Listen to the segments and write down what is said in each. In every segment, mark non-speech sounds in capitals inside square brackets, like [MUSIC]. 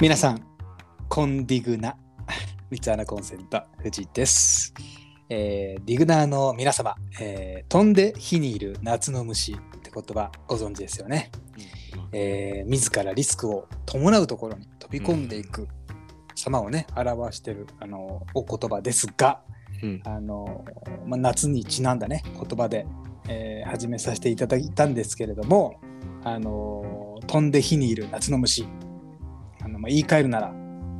皆さん、コンディグナ、 [LAUGHS] 三つ穴コンセント、藤井です。えーディグナーの皆様、えー飛んで火にいる夏の虫って言葉ご存知ですよね。えー自らリスクを伴うところに飛び込んでいく様をね、表してるあのお言葉ですが、うんあのまあ、夏にちなんだね言葉で、えー始めさせていただいたんですけれども、あの飛んで火にいる夏の虫あの、まあ、言い換えるなら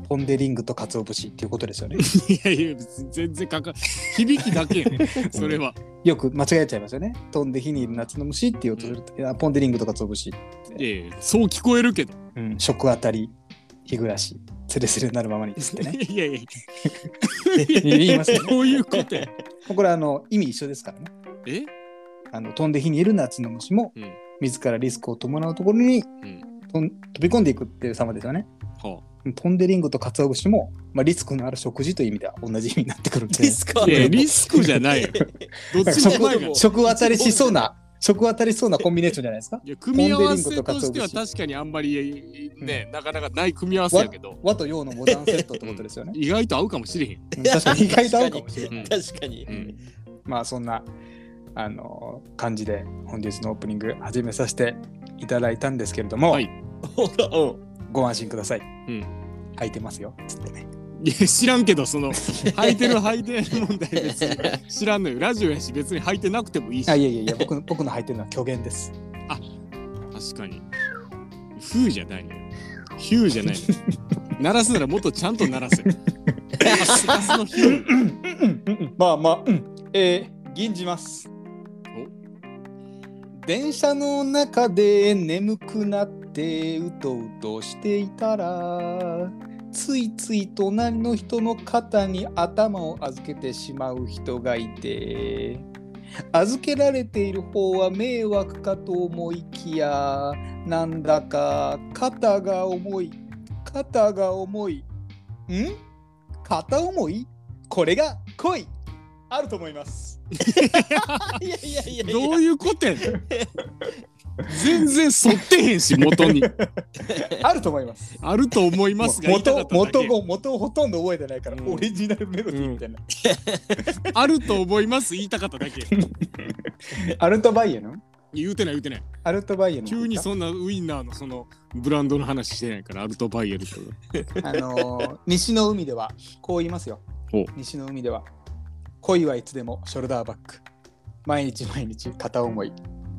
飛んでリングとカツオ節っていうこと [LAUGHS] ですよねいやいや、別に全然かか響きだけやね、 [LAUGHS] それは。よく間違えちゃいますよね飛んで火にいる夏の虫って言おうとすると、いやポンデリングとカツオ節、いやいやそう聞こえるけど。うん、食あたり日暮らしスレスレになるままにですってね [LAUGHS] いやいやいや。言いますよねどういうこと [LAUGHS] やこれあの意味一緒ですからね。えあの飛んで火にいる夏の虫も、うん自らリスクを伴うところに、んとん飛び込んでいくっていう様ですよね。は飛んでリングと鰹節も、まあ、リスクのある食事という意味では同じ意味になってくるんでリスクあいやるリスクじゃ [LAUGHS] ないよどっちも前がク。食当たりしそうな食当たりそうなコンビネーションじゃないですかいや組み合わせとしては確かにあんまりね、なかなかない組み合わせやけど、和と洋のモダンセットってことですよね。意外と合うかもしれへん。うん確かに意外と合うかもしれない。ない確かに。うんまあそんなあの感じで本日のオープニング始めさせていただいたんですけれども、はいほら、うん。ご安心ください。うん履いてますよ。つってね。いや知らんけど、そ [LAUGHS] の、履いてる履いてる問題別に知らんのよ。ラジオやし、別に履いてなくて [LAUGHS] もいいし。あいやいやいや僕の僕の履いてるのは虚言です。確かに。フーじゃないのよ。ヒューじゃない [LAUGHS] のよ。鳴らすならもっとちゃんと鳴らせ。パスパスのヒュー。まあまあ、うん、えー、銀じます。電車の中で眠くなってうとうとしていたらついつい隣の人の肩に頭を預けてしまう人がいて預けられている方は迷惑かと思いきやなんだか肩が重い肩が重いん肩重いこれが恋あると思い [LAUGHS] ます。いやいやいやいや。どういうことやねん。全然沿ってへんし、元に。あると思います。あると思いますが、言いたか元っただけ元語元をほとんど覚えてないから、うんオリジナルメロディーみたいな、あると思います、言いたかっただけ。アルトバイエの言うてない言うてない。アルトバイエの急にそんなウインナーのそのブランドの話してないから、アルトバイエルとか。あの [LAUGHS] ー西の海ではこう言いますよお西の海では恋はいつでもショルダーバッグ毎日毎日片思い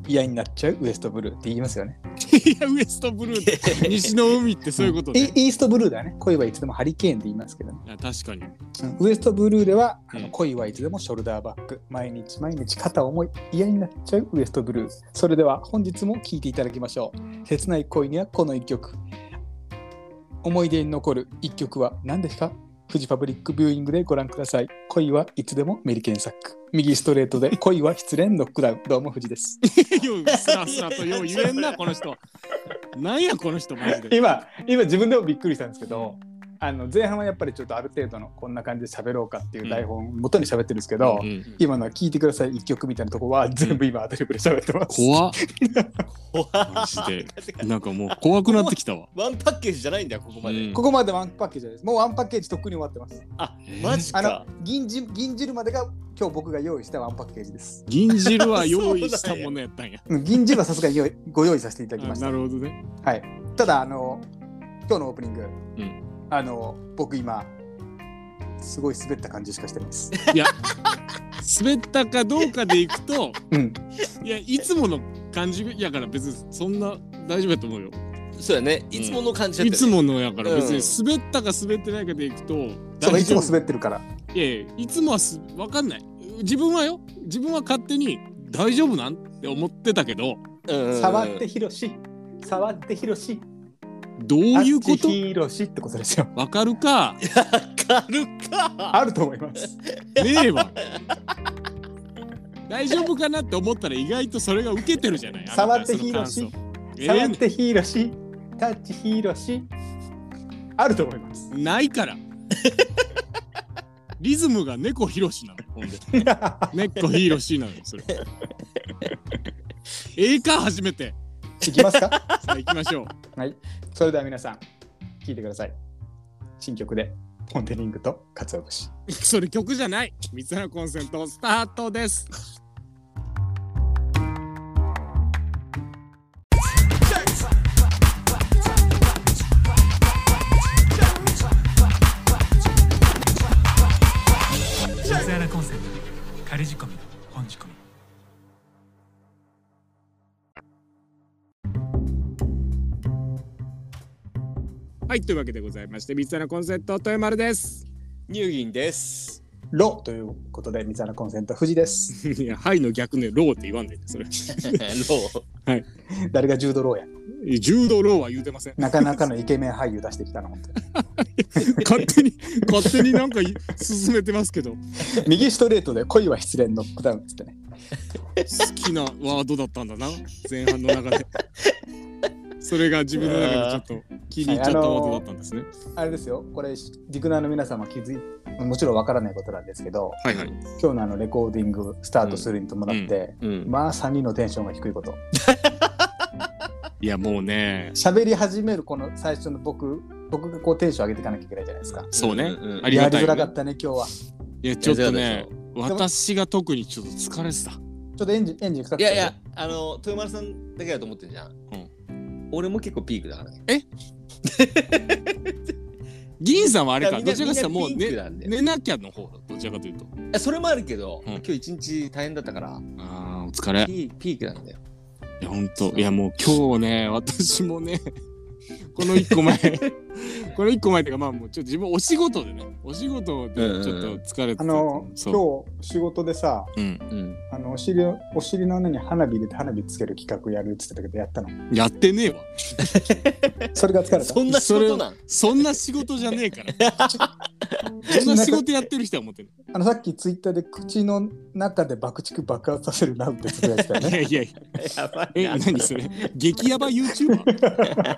嫌になっちゃうウエストブルーって言いますよねいや、ウエストブルーって、西の海ってそういうことね。イイーストブルーだよね恋はいつでもハリケーンって言いますけどね、いや確かに。うんウエストブルーではあうのん恋はいつでもショルダーバッグ毎日毎日片思い嫌になっちゃうウエストブルーそれでは本日も聴いていただきましょう切ない恋にはこの一曲思い出に残る一曲は何ですかフジパブリックビューイングでご覧ください恋はいつでもメリケンサック右ストレートで恋は失恋ノックダウンどうもフジですようスラスラとよう言えんな、この人。なんや、この人、マジ [LAUGHS] で。今今自分でもびっくりしたんですけどあの前半はやっぱりちょっとある程度のこんな感じで喋ろうかっていう台本元に喋ってるんですけど、うん今のは聞いてください一曲みたいなとこは全部今アドリブで喋ってます。怖っマジでなんかもう怖くなってきたわ。ワンパッケージじゃないんだよ、ここまうでん。ここまでワンパッケージです。もうワンパッケージとっくに終わってます。あえ、ーマジあかの。銀じ銀汁までが今日僕が用意したワンパッケージです。銀汁は用意したものやったんや。うん銀汁はさすがに用意ご用意させていただきまあした。なるほどね。はい。ただあの今日のオープニング、んあの僕今すごい滑った感じしかしてます。滑ったかどうかでいくと、うん。いや、いつもの感じやから別にそんな大丈夫やと思うよ。そうやね。いつもの感じだっいたつよね。ものやから別うに滑ったか滑ってないかでいくと、そう大いつ丈も夫滑ってるから。いやいやいつもはす分かんない自分はよ自分は勝手に大丈夫なんって思ってたけどうんうんうん触ってひろし、触ってひろし、どういうこあとっちひろしってことですよ。分かるかわかるか。あると思います。ねえわ大丈夫かなって思ったら意外とそれが受けてるじゃない触ってあなたのそのヒ感想触っえてヒーロシ、タッチヒーロシ、あると思います。 [LAUGHS] えないからリズムが猫ひろしなのほんで猫ひろしなのよ [LAUGHS] それええか初めていきますかさあ行きましょうはい。それでは皆さん、聴いてください。新曲で、ポンデリングと鰹節。 [LAUGHS] それ曲じゃない三つ葉のコンセントスタートです三ツ穴コンセント仮仕込み本仕込みはいというわけでございまして三つ葉のコンセント豊丸ですニューギンです。ロということで、三沢コンセント、藤です。 [LAUGHS] いやはいの逆ねローって言わんでいいそれ [LAUGHS] ロー。誰が柔道ローや。柔道ローは言うてませ [LAUGHS] んなかなかのイケメン俳優出してきたの。本当に勝手に勝手になんかい進めてますけど右ストレートで恋は失恋のクダウンっつってね。好きなワードだったんだな前半の中でそれが自分の中でちょっと気に入っちゃったワードだったんですねあれですよ、これ、リクナーの皆様気づい、もちろんわからないことなんですけど、はいはい今日のあのレコーディングスタートするに伴って、うん。まあ3人のテンションが低いこと。いやもうね喋り始めるこの最初の僕、僕がこうテンション上げていかなきゃいけないじゃないですか。そうね、うんうんありがやたいりづよらね、かったね、今日は。ちいやちょっといやねそう私が特にちょっと疲れてたょっとエンジン、エンジンかかっいてたやいや、あの、豊丸さんだけだと思ってんじゃん。俺も結構ピークだからね。銀さんはああれかどちらかというともうピークねなんだよ寝なきゃの方だどちらかというといやそれもあるけど、うん今日一日大変だったから、あーお疲れピーピークなんだよ。いや本当いやもう今日 [LAUGHS] ね私もねこの一個前 [LAUGHS] この一個前っていうかまあもうちょっと自分お仕事でねお仕事でちょっと疲れてたあの、そう今日仕事でさ、うんうん。あのお尻をお尻の穴に花火入れて花火つける企画やるっつってたけどやったのやってねえわそれが疲れたそんな仕事なんそんな仕事じゃね [LAUGHS] えからそんな仕事やってる人は思ってるあのさっきツイッターで口の中で爆竹爆発させるなんてつぶやいてたよい [LAUGHS] ねやいやいややばいえな。何それ激ヤ [LAUGHS] バ YouTuber?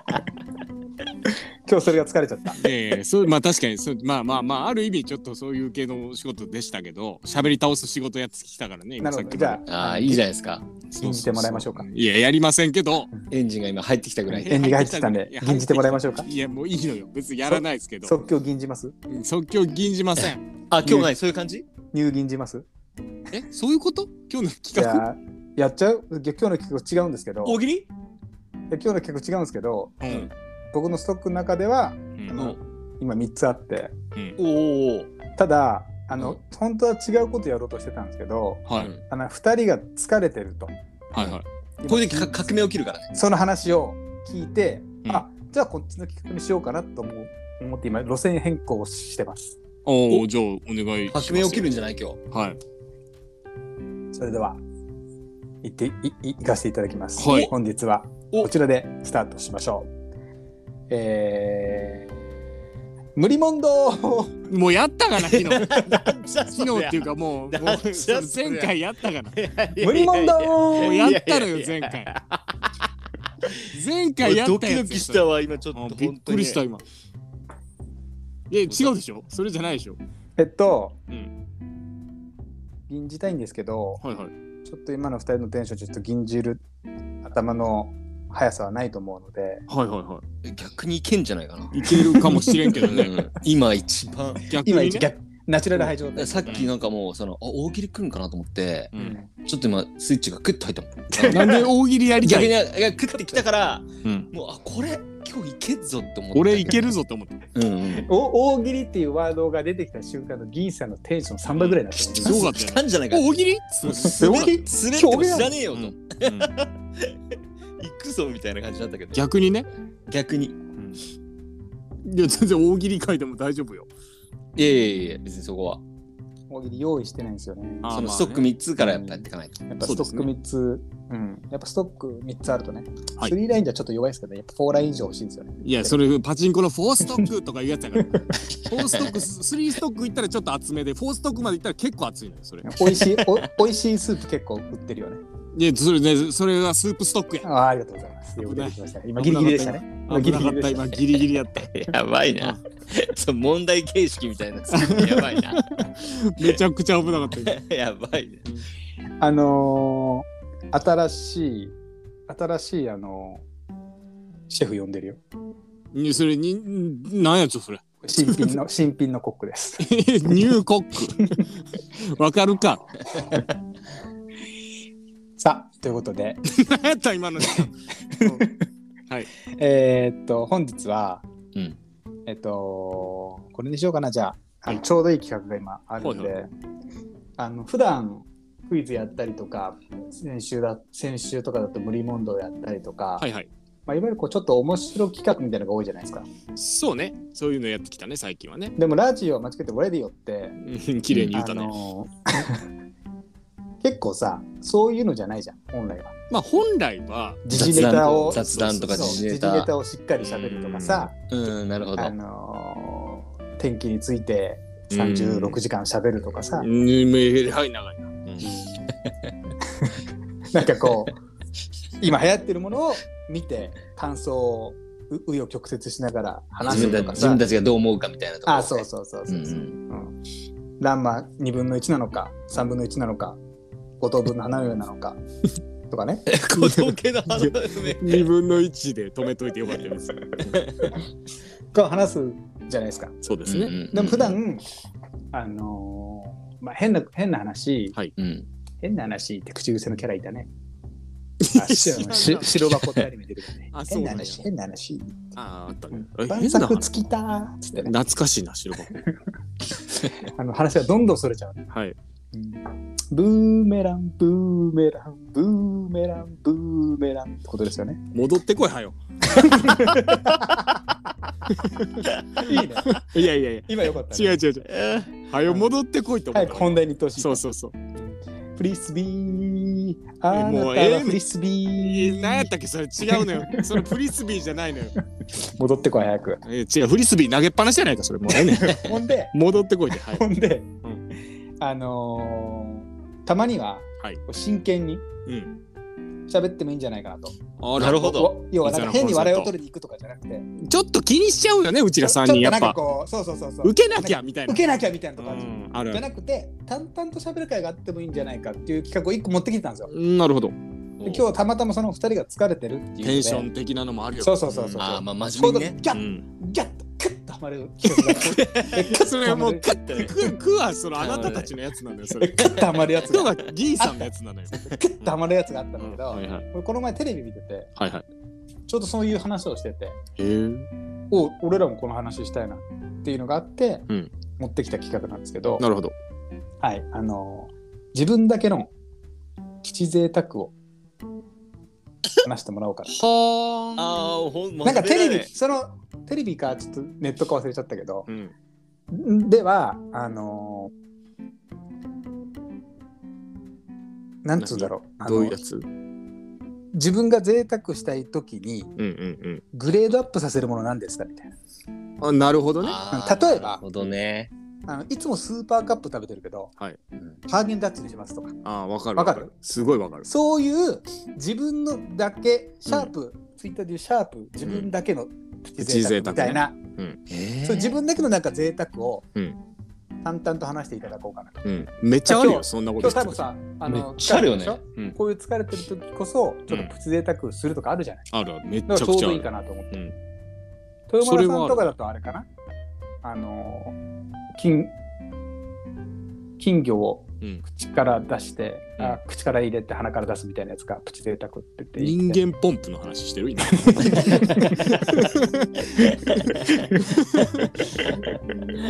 今日それが疲れちゃったええそうまあ確かにそうまあまあまあある意味ちょっとそういう系のお仕事でしたけど喋り倒す仕事やってきたからねな今るさほっどきじゃあああ、いいじゃゃないですそうか。そうそう吟じてもらいましょうかいややりませんけどエンジンが今入ってきたぐらい。演技が入ってきたんで [LAUGHS] いや吟じてもらいましょうかいやもういいのよ別にやらないですけど即興吟じます即興吟じませんあ、今日ない、そういう感じ入吟じますえそういうこと今日のじ企画ゃあやっちゃういや今日の企画違うんですけどい大喜利や今日の企画違うんですけどうん僕のストックの中ではうんうん。今3つあってうんおーおー。ただあの、うん本当は違うことやろうとしてたんですけどはいうんあの2人が疲れてるとはいはいこういう時か革命起きるからね。その話を聞いて、うんあじゃあこっちの企画にしようかなと思う思って今路線変更をしてますおおじゃあお願いします革命起きるんじゃない今日。はいそれでは行っていい行かせていただきます、はい本日はおこちらでスタートしましょうえー、無理問答もうやったかな昨日昨昨日っていうかもうもうなんじゃそりゃ前回やったかな無理問も答うやったのよいや前いやいや回前回やったやつドキドキしたわ、今ちょっあと。びっくりした本今いや違うでしょそれじゃないでしょえっと、うん吟じたいんですけどはいはいちょっと今の2人のテンションちょっと吟じる頭の速さはないと思うのではいはいは当にね。逆にいけんじゃないかな。いいけるかもしれんけどね [LAUGHS] 今一番。逆今に一ね逆ナチュラル排除さっきなんかもう、その、あ大喜利来るんかなと思って、うんちょっと今、スイッチがクッと入ったもん。なんで大喜利やりた逆に、いいやクッてきたから、うんもう、あ、これ、今日いけっぞって思って。俺いけるぞって思ったうんうん。お大喜利っていうワードが出てきた瞬間の銀さんのテンション3倍ぐらいになってすごかったよ来たんじゃないかな。大喜利すごい。すねっても知らねえよと。うんうん行くぞみたいな感じだったけど。逆にね逆に。いや全然大喜利書いても大丈夫よいやいやいや、別にそこは。大喜利用意してないんですよね。あそまあねのストック3つからやっぱやっていかないと。やっぱストックそう3つ、うん、やっぱストック3つあるとね、はい3ラインじゃちょっと弱いですけど、やっぱ4ライン以上欲しいんですよね。いやそれパチンコのフォーストックとかいうやつや [LAUGHS] からフォーストックスリーストックいったらちょっと厚めでフォーストックまでいったら結構厚いのよそれ美味しい、お美 [LAUGHS] 味しいスープ結構売ってるよね。いやそれねそれはスープストックやああ、ありがとうございます。よく出てきましたね。今ギリギリでしたね。今危なかった今ギリギリやったやばいな。そう問題形式みたいなやつ。やばいな。 [LAUGHS] めちゃくちゃ危なかった今やばいね。あのー、新しい、新しい、あのーシェフ呼んでるよ。にそれにんなんやつ [LAUGHS] それ新品の新品のコック [LAUGHS] です。ニューコックわかるかさあということで、 [LAUGHS] 何やった今 [LAUGHS] のえーっと本日は、うんえっとこれにしようかなじゃああのはいちょうどいい企画が今あるんで、はいあの普段クイズやったりとか先週だ先週とかだと無理問答やったりとか、はいいはいまあ、いわゆるこうちょっと面白企画みたいなのが多いじゃないですか。そうねそういうのやってきたね最近はねでもラジオは間違えて「レディオ」ってうん綺麗に言うたあねのー結構さそういうのじゃないじゃん本来は。まあ本来は時事ネタを雑談とかそう時事ネ時事タ。をしっかり喋るとかさ、うん、なるほどあ。のー天気について36時間喋るとかさ、うんえはい長いなうんなんかこう今流行ってるものを見て感想をう紆余曲折しながら話自す分たとか自さ分たちがどう思うかみたいなところ。あそうそうそうそうそう、うんんランマ2分の1なのか3分の1なのか5等分の花のようなのかとかね小峠の話ね。 2分の1で止めといてよかったですが話すじゃないですか。 [LAUGHS] そうですねでも普段、。あのーまあ、変な変な話、うん。変な話って口癖のキャラいたね。あ知らん [LAUGHS] 白し白箱ってアニメ出てくるねあ。そう変ななんや話、変な話。あああったうねんえ晩変な作話尽きたーっつってね。懐かしいな白箱あの話はどんどんそれちゃうね。 [LAUGHS] はいうんブーメラン、ブーメラン、ブーメラン、ブーメランってことですよね。戻ってこいはよいいね。いやいやいや今よかった、違うね。違う違うはよ戻ってこいと思 [LAUGHS] 早っくた本題に行ってほしい。そうそうそうフリスビー。あなもうたええはフリスビいや何やっー。たっけそれ違うのよ [LAUGHS] それフリスビーじゃないのよ戻ってこい、早く。え違うフリスビー投げっぱなしじゃないかそれもうええねんほんで。 [LAUGHS] 戻ってこいでは [LAUGHS] いほんで、うんあのーたまには、はい真剣にうん喋ってもいいんじゃないかなと。あなるほどお要はなんかいつらの変に笑いを取りに行くとかじゃなくて、ちょっと気にしちゃうよねうちら3ちょ人やとなっんかぱこう、そうそうそうそう。受けなきゃみたいな受けなきゃみたいなとうかあるじゃんんあるじゃなくて、淡々と喋る会があってもいいんじゃないかっていう企画を一個持ってきてたんですよ。うんなるほどで今日たまたまその二人が疲れてるっていうので。テンション的なのもあるよそうそうそうそう。ああ、まあち真ょうど面目ギにャね。うッんギャッとクッとはまる企画があって。 [LAUGHS] それ [LAUGHS] はもうカカッ [LAUGHS] てくくはそのあなたたちのやつなのよそ [LAUGHS] れクッとはまるやつ今日が、は銀さんのやつなの [LAUGHS] よクッとはまるやつがあったんだけど、はいはい俺この前テレビ見てて、はいはいちょうどそういう話をしてて、へえお俺らもこの話したいなっていうのがあって、うん持ってきた企画なんですけどな、るほどはい、あのー自分だけの基地贅沢を話してもらおうかはあああ、ほんな。なんかテレビ、そのテレビかちょっとネットか忘れちゃったけどう、んんでは、あのーなんつうんだろうあどうのいうやつうん自分が贅沢したい時にうんグレードアップさせるものなんですかみたいなうんあなるほどねあー例えばなるほどね。あのいつもスーパーカップ食べてるけどうんハーゲンダッツにしますとかああわかるわかるすごいわかるそういう自分のだけシャープ、ツイッターでいうシャープ自分だけのプチ贅沢みたいな、えーそう自分だけのなんか贅沢をうん淡々と話していただこうかなと。うんめっちゃある今よ日そんなこ今と日多分さあめっのちゃあるよね疲れてでしょうんこういう疲れてる時こそちょっとプチ贅沢するとかあるじゃない、あるあるめっちだゃからちくょうちゃどあいいるかなと思って、うん豊それはあ村さるんとかだとあれかなあの金金魚をうん口から出して、うんあ口から入れて鼻から出すみたいなやつがプチ贅沢って言っていいみたいな人間ポンプの話してる [LAUGHS] 今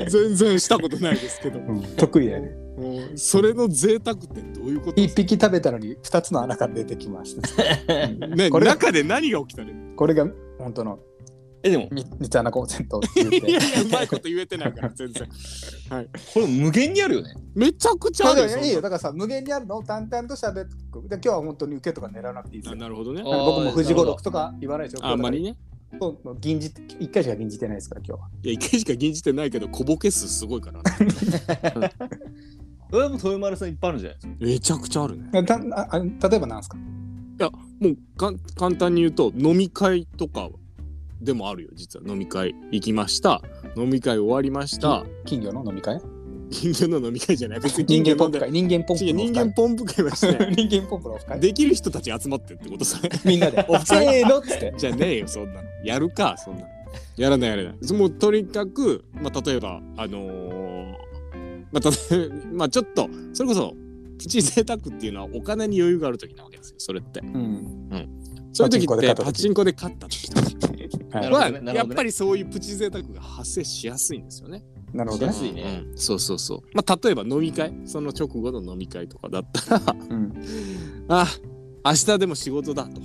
全然したことないですけど得意だよね。もうそれの贅沢ってどういうこと一匹食べたのに二つの穴から出てきました。 [LAUGHS] ねこれ中で何が起きたのいこれが本当のえ、でも、み三つ穴コンセントって言っやて。いやうまいこと言えてないから全然これ無限にあるよね。めちゃくちゃまああるでよもそんないいよだからさ無限にあるのを淡々と喋ってくで今日は本当に受けとか狙わなくていいですあよなるほどねあ僕も富士五六とか言わないでしょあんまりねそう銀じ一回しか銀じてないですから今日はいや一回しか銀じてないけど小ボケ数すごいからそれも豊丸さんいっぱいあるんじゃないですか。めちゃくちゃあるねなたああ例えばなんですかもうかん簡単に言うと飲み会とかでもあるよ実は飲み会行きました飲み会終わりました金魚の飲み会人間の飲み会じゃない別に人間ポ飲ンんプで会人間ポンプ違うのオフ人会間ポンプ会はして [LAUGHS] ない人間ポンプのオフ会できる人たち集まってってことさみんなでオフ会せーのっつってじゃねえよそんなのやるかそんなのやらないやらない。もうとにかく、まあ、例えば、あのーまあ、例えば [LAUGHS] まあちょっと、それこそ、プチ贅沢っていうのはお金に余裕がある時なわけですよ、それって。うん。そういう時パチンコっで勝ったて時パチンコで勝った時とは [LAUGHS] ないるほは、どねなるやほどねっぱりそういうプチ贅沢が発生しやすいんですよね。なるほどね安。いねうんそうそうそう。まあ例えば飲み会、その直後の飲み会とかだったら、うん。あ明日でも仕事だと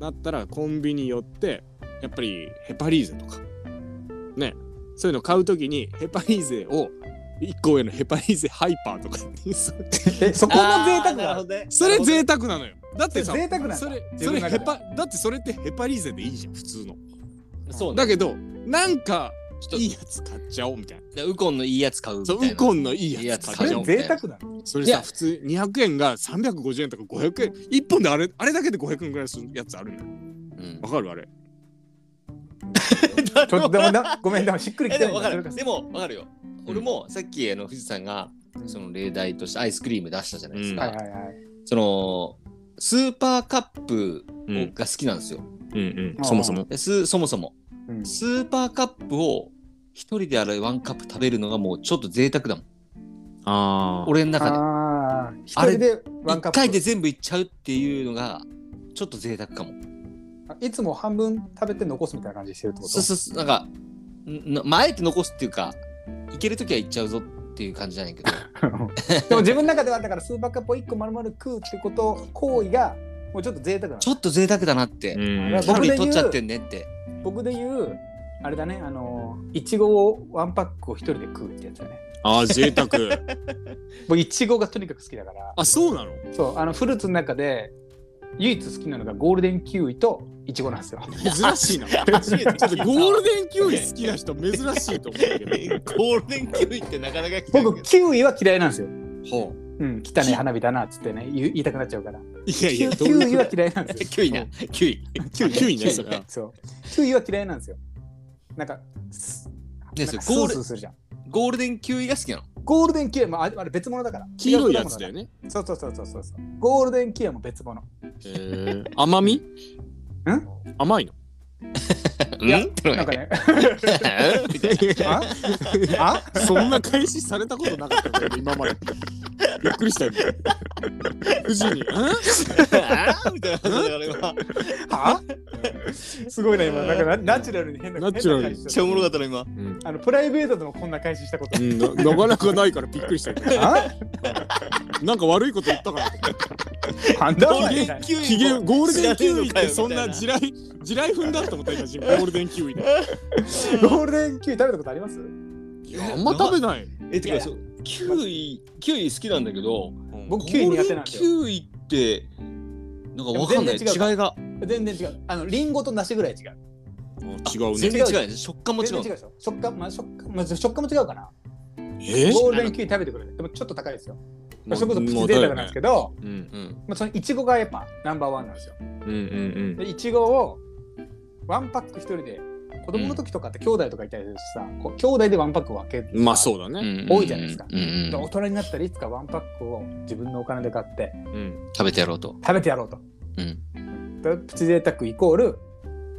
なったらコンビニ寄ってやっぱりヘパリーゼとかねそういうの買うときにヘパリーゼを1個上のヘパリーゼハイパーとか [LAUGHS] にするえ、そこの贅沢なるが。ほどねそれ贅沢なのよだってそされ贅沢なんそだ。れ自そ分れのヘ中でパだってそれってヘパリーゼでいいじゃん普通のそうねだけどなんかちょっいいやつ買っちゃおうみたいなとウコンのいいやつ買うみたそいうなウコンのいいいいややつつそ買っちゃおれう贅沢なの。それいさや普通200円が350円とか500円1本であれあれだけで500円ぐらいするやつあるんだよ [LAUGHS] うんわかるあれちょっとでもなごめんでもしっくり [LAUGHS] えきでてもないわんだ。かるそれでもわかるよ俺もさっきあの富士山ががその例題としてアイスクリーム出したじゃないですはいかはいはい。そのスーパーカップうんをが好きなんですようんあーそもそも。ですそもそもうんスーパーカップを一人であれワンカップ食べるのがもうちょっと贅沢だもんあ俺、俺の中でああ、一あれ人でワンカ1ップ。回で全部いっちゃうっていうのがちょっと贅沢かもいつも半分食べて残すみたいな感じにしてるってことそうそうそうなんかんなまああえて残すっていうかいける時はいっちゃうぞっていう感じじゃない [LAUGHS] けど [LAUGHS] でも自分の中ではだからスーパーカップを1個丸々食うってこと行為がもうちょっと贅沢なのちょっと贅沢だなって、んカロリー取っちゃってん [LAUGHS] ねって僕で言うあれだねあのいちごをワンパックを1人で食うってやつだねああ、贅沢。僕いちごがとにかく好きだから [LAUGHS] あ、そうなのそうあのフルーツの中で唯一好きなのがゴールデンキウイといちごなんですよ珍しい [LAUGHS] な。ちょっ初めてとゴールデンキウイ好きな人珍しいと思うけど。ゴールデンキウイってなかなか来僕キウイは嫌いなんですよほうん汚い花火だなっつってね言う言いたくなっちゃうから [LAUGHS] いやいキウや、イどキうウいイうはこ嫌いなんです [LAUGHS] うよキウイなキウイとキウイ、キウイね、それは。そうキウイは嫌いなんですよなんかすでなんすかスーよゴールスーするじゃんゴールデンキウイが好きなのゴールデンキウイもああれ別物だから黄色いやつだよね。そうそうそうそうそうそう。ゴールデンキウイも別物。えー甘みん甘いの。うんやってのなが [LAUGHS] んかね。あああそんな返しされたことなかったけど、今まで。びっくりしたよ。富士に、んあみたいな感じで俺はめっあすごいね、今。なんかナナチュラルに変なナチュラルに変な返ししちたゃおもろかったな今うんあのプライベートでもこんな返ししたことう。んななかなかないからびっくりしたけど。あなんか悪いこと言ったかなと思ってパンダゴーマルンみデたいンなキウイ機嫌ゴールデンキウイってそ知んならねえのかよみたいな地雷地雷踏んだと思った今自分ゴールデンキウイでゴールデンキウイ食べたことありますいや [LAUGHS] あんま食べないえていやかそうキウイキウイ好きなんだけど僕ゴキウイール苦デ手ンなんキですよウイってなんかわかんないでも全然違う違いが全然違う。あの、リンゴと梨ぐらい違う。違う全ね然違うよね食感も違全然う違うでしょ。食感、まあ、食感、まあ、食感も違うかな。えゴールデンキウイ食べてくれる。でもちょっと高いですよ。それこそプチ贅沢なんですけど、うんうんまあ、そのイチゴがやっぱナンバーワンなんですよ。うんうんでいちごをワンパック一人で子供の時とかって兄弟とかいたりするしさ、こう兄弟でワンパックを分けるうんまあそうだね多いじゃないですかうんうんうんで大人になったらいつかワンパックを自分のお金で買ってうん食べてやろうと食べてやろうとうんでプチ贅沢イコール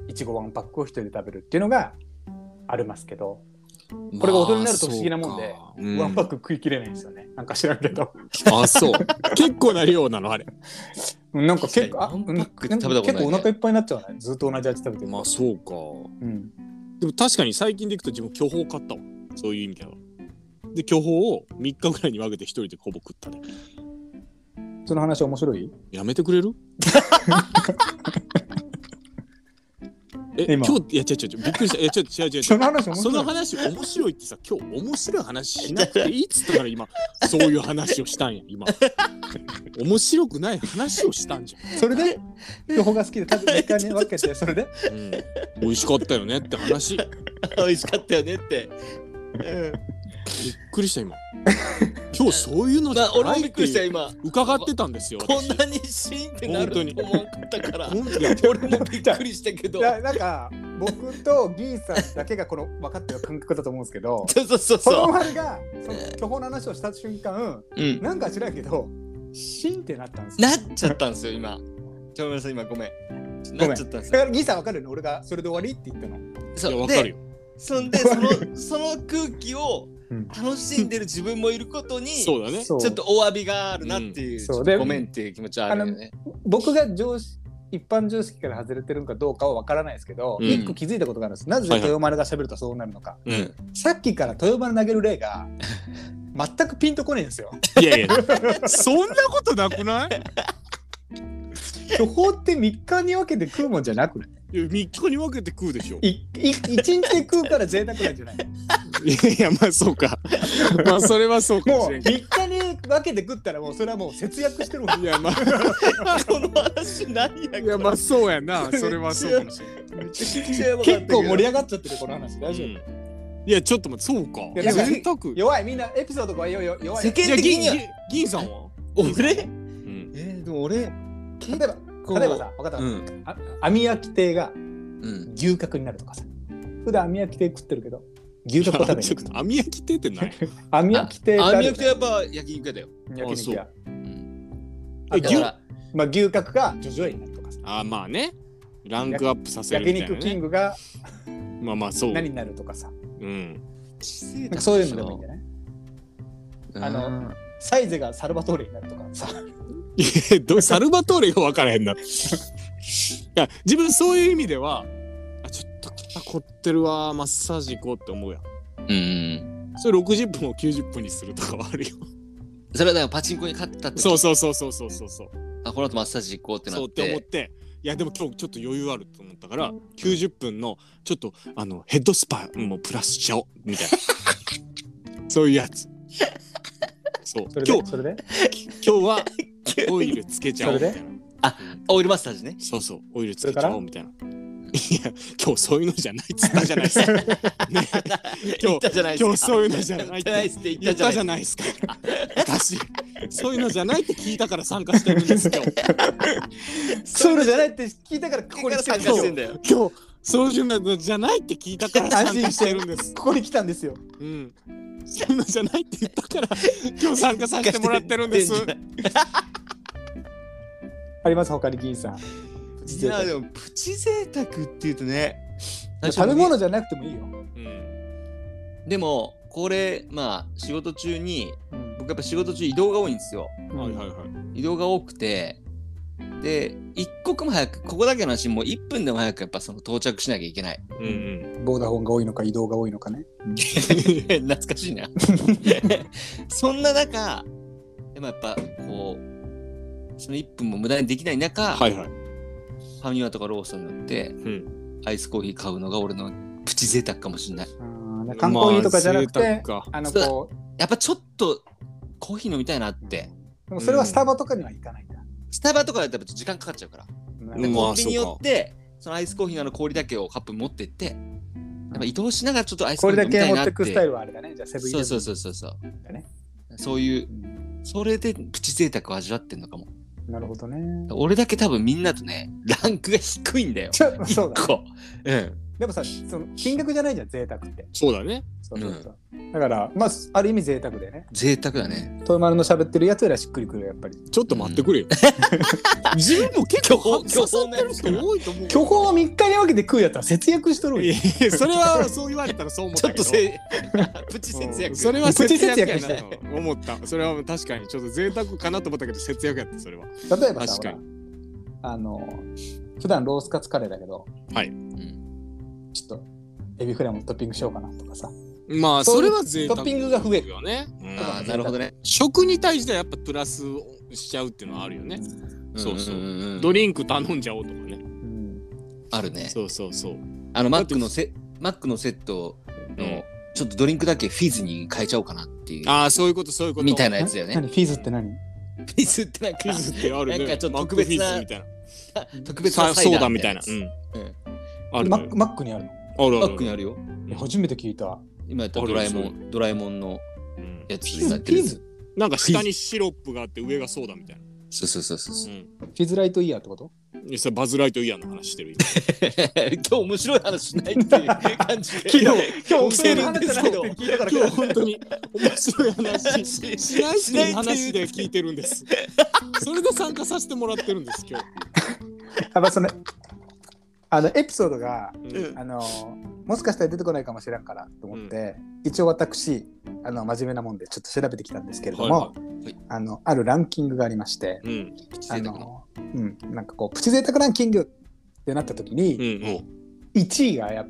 いちごワンパックを一人で食べるっていうのがありますけど、これが大人になると不思議なもんでワンパック食い切れないんですよねなんか知らんけどクあそう結構な量なのあれ [LAUGHS] なんか結構あ確かにワンパックうん食べたことないね結構お腹いっぱいになっちゃうねずっと同じ味食べてるとまあそうかうん、でも確かに最近でいくと自分巨峰買ったわそういう意味ではで巨峰を3日ぐらいに分けて一人でほぼ食ったねその話面白いやめてくれ [LAUGHS] るえ、今今日、いや、違う違う違う、びっくりした。いや、ちょっと違う違う違う。その話面白いその話面白いってさ、今日面白い話しなくていいっつったから今、そういう話をしたんや、今。面白くない話をしたんじそれで両方が好きで食べてに分けてそれでゃん。うん、美味しかったよねって話。びっ [LAUGHS] 美味しかったよねってくりした、今。今日そういうのじまゃあ俺なもいびっってくりしたいう今伺ってたんですよ。こんなにシーンってなると思わなかったから本当に俺もびっくりしたけどいやなんか僕とギーさんだけがこの分かってる感覚だと思うんですけ [LAUGHS] どそうそうそう子供そ丸がその巨峰の話をした瞬間う、うん、なんか知らんけどシンってなったんですよなっちゃったんですよ今ちょごめんなさい今ごめんごめんなっちゃったんですだから、よ。ギーさんわかるの俺がそれで終わりって言ったの。いや [LAUGHS] そうわかるでよそんでそのその空気をうん楽しんでる自分もいることにちそょうだねそうっとお詫びがあるなっていう、んちょそうっでとごめんっていう気持ちはあるよね。僕が常識一般常識から外れてるのかどうかは分からないですけど、うん一個気づいたことがあるんですなぜはいはい豊丸が喋るとそうなるのか、うんさっきから豊丸投げる例が全くピンとこないん [LAUGHS] ですよいやいやそんなことなくない巨峰って3日に分けて食うもんじゃなくないいや3日に分けて食うでしょいい一日で食うから贅沢なんじゃないいやいやまあそう [LAUGHS] かまあそれはそうかももしうれん3け日に分けて食ったらもうそれはもう節約してるもんどいやまあこの話何やこれいやまあそうやなそれはそうかもしれない、めちゃくちゃやばかったけ結ど構盛り上がっちゃってるこの話大丈夫、いやちょっと待ってそうかいやなんか贅沢弱いみんなエピソードがよよ弱い世間的にじゃはあ銀銀銀さんは、俺うん、えー、でも俺例えば例えばさ分かった、うんあ網焼き亭がうん牛角になるとかさ普段網焼き亭食ってるけど牛角を食べにちょ行っくと網焼き亭ってない網焼き亭あがあ網るよね焼きはやっぱ焼き肉屋だよ、焼き肉屋うん、あだとはからまあ牛角が叙々苑になるとかさあまあねランクアップさせる焼みたいな、肉ね、キングがまあまあそう、何になるとかさうん、なんかそういうのでもいいんじゃないあのうんサイゼがサルバトーレになるとかさいやどうサルバトーレが分からへんないや自分そういう意味ではあちょっと肩凝ってるわマッサージ行こうって思うやんうんそれ60分を90分にするとかはあるよそれはだからパチンコに勝ったってそうそうそうそうそうそうそうあこの後マッサージ行こうってなそうっってて思っていやでも今日ちょっと余裕あると思ったから90分のちょっとあのヘッドスパもプラスしちゃおうみたい [LAUGHS] なそういうやつそうそれで今日それで今 [LAUGHS] 日はオイルつけちゃおうみたいなそオイルマッサージねそうそうオイルつけちゃおうみたいないや今日そういうのじゃないっつったじゃない [LAUGHS] ですか、ね、今言っ日たじゃないですか今日そういうのじゃない言っってないてですって言言っったたじじゃゃないないですか私そういうのじゃないって聞いたから参加してるんです今日そういうのじゃないって聞いたからここに来てるんです参加してよんだよ今日そういうのじゃないって聞いたから参加してるんですここに来たんですようんそういうのじゃないって言ったから今日参加させてもらってるんです [LAUGHS] あります他に銀さんいやでもプチ贅沢っていうとね食べ物じゃなくてもいいようんでもこれまあ仕事中にうん僕やっぱ仕事中移動が多いんですよはいはいはい移動が多くてで一刻も早くここだけの話もう1分でも早くやっぱその到着しなきゃいけない [LAUGHS] うんうんボーダフォンが多いのか移動が多いのかね懐かしいな [LAUGHS] そんな中でもやっぱこうその1分も無駄にできない中、はいはいファミマとかローソンに寄って、んアイスコーヒー買うのが俺のプチ贅沢かもしれないうん観光にとかじゃなくまあ贅て沢かあのこやっぱちょっとコーヒー飲みたいなってうでもそれはスタバとかには行かないんだスタバとかだったら時間かかっちゃうからなんうかんコまンあビニ寄ってそのアイスコーヒーのあの氷だけをカップ持ってってやっぱ移動しながらちょっとアイスコこーれヒーだけ飲みたい持なっっててくスタイルルはあれだねじゃあセブンイそレブンうそうそうそうそうだねそういうそれでプチ贅沢を味わってんのかもなるほどね俺だけ多分みんなとねランクが低いんだよちょ [LAUGHS] そうだ1個うんでもさその金額じゃないじゃん贅沢ってそうだねそうそうそう、だからまあある意味贅沢でね贅沢だね豊丸の喋ってるやつよりはしっくりくるよやっぱりちょっと待ってくれよ。自分も結構刺さってる人多いと思う。巨峰を3日に分けて食うやつは節約しとるんいよやいやそれはそう言われたらそう思っちょたっけとど。せ [LAUGHS] プチ節うん約それは節約プやチ節約なと思った。それは確かにちょっと贅沢かなと思ったけど節約やったそれは。例えばさ確かにほらあの普段ロースカツカレーだけどうんちょっとエビフライもトッピングしようかなとかさまあそうそれは贅沢。トッピングが増えるよね。うんああなるほどね食に対してはやっぱプラスをしちゃうっていうのはあるよね。そうそうんんんんドリンク頼んじゃおうとかね。うんあるねそうそうそう。あのマックのせマックのセットのちょっとドリンクだけフィズに変えちゃおうかなっていうああそういうことそういうこと。みたいな。なやつだよね。何フィーズって何フィズってなんかクイズってあるね。なんかちょっとマック特別なフィズみたいな。特別さなソーダみみたたいいな。なやうつ。ん。あるマあッるクマックにあるのあるマあックにあるよ。え初めて聞いた今やったらドラえもあるん、ドラえもんのうんやつフにィなズっフてるィやズつ。なんか下にシロップがあって上がソーダみたいな。そうそうそうそうう。んフィズライトイヤーってこといやそれバズ・ライトイヤーの話してる今 [LAUGHS] 今日面白い話しないっていう感じで。昨日今日教えるんですけど聞いたから [LAUGHS] 今日本当に面白い話ししないっていう話で聞い [LAUGHS] てるんですそれで参加させてもらってるんです今日やっぱそのあのエピソードがうんあのもしかしたら出てこないかもしれんからと思って、一応私あの真面目なもんでちょっと調べてきたんですけれども、はいあのあるランキングがありまして、うんプチあ贅沢な。のうん、なんかこうプチ贅沢ランキングってなった時うに、ん1位がや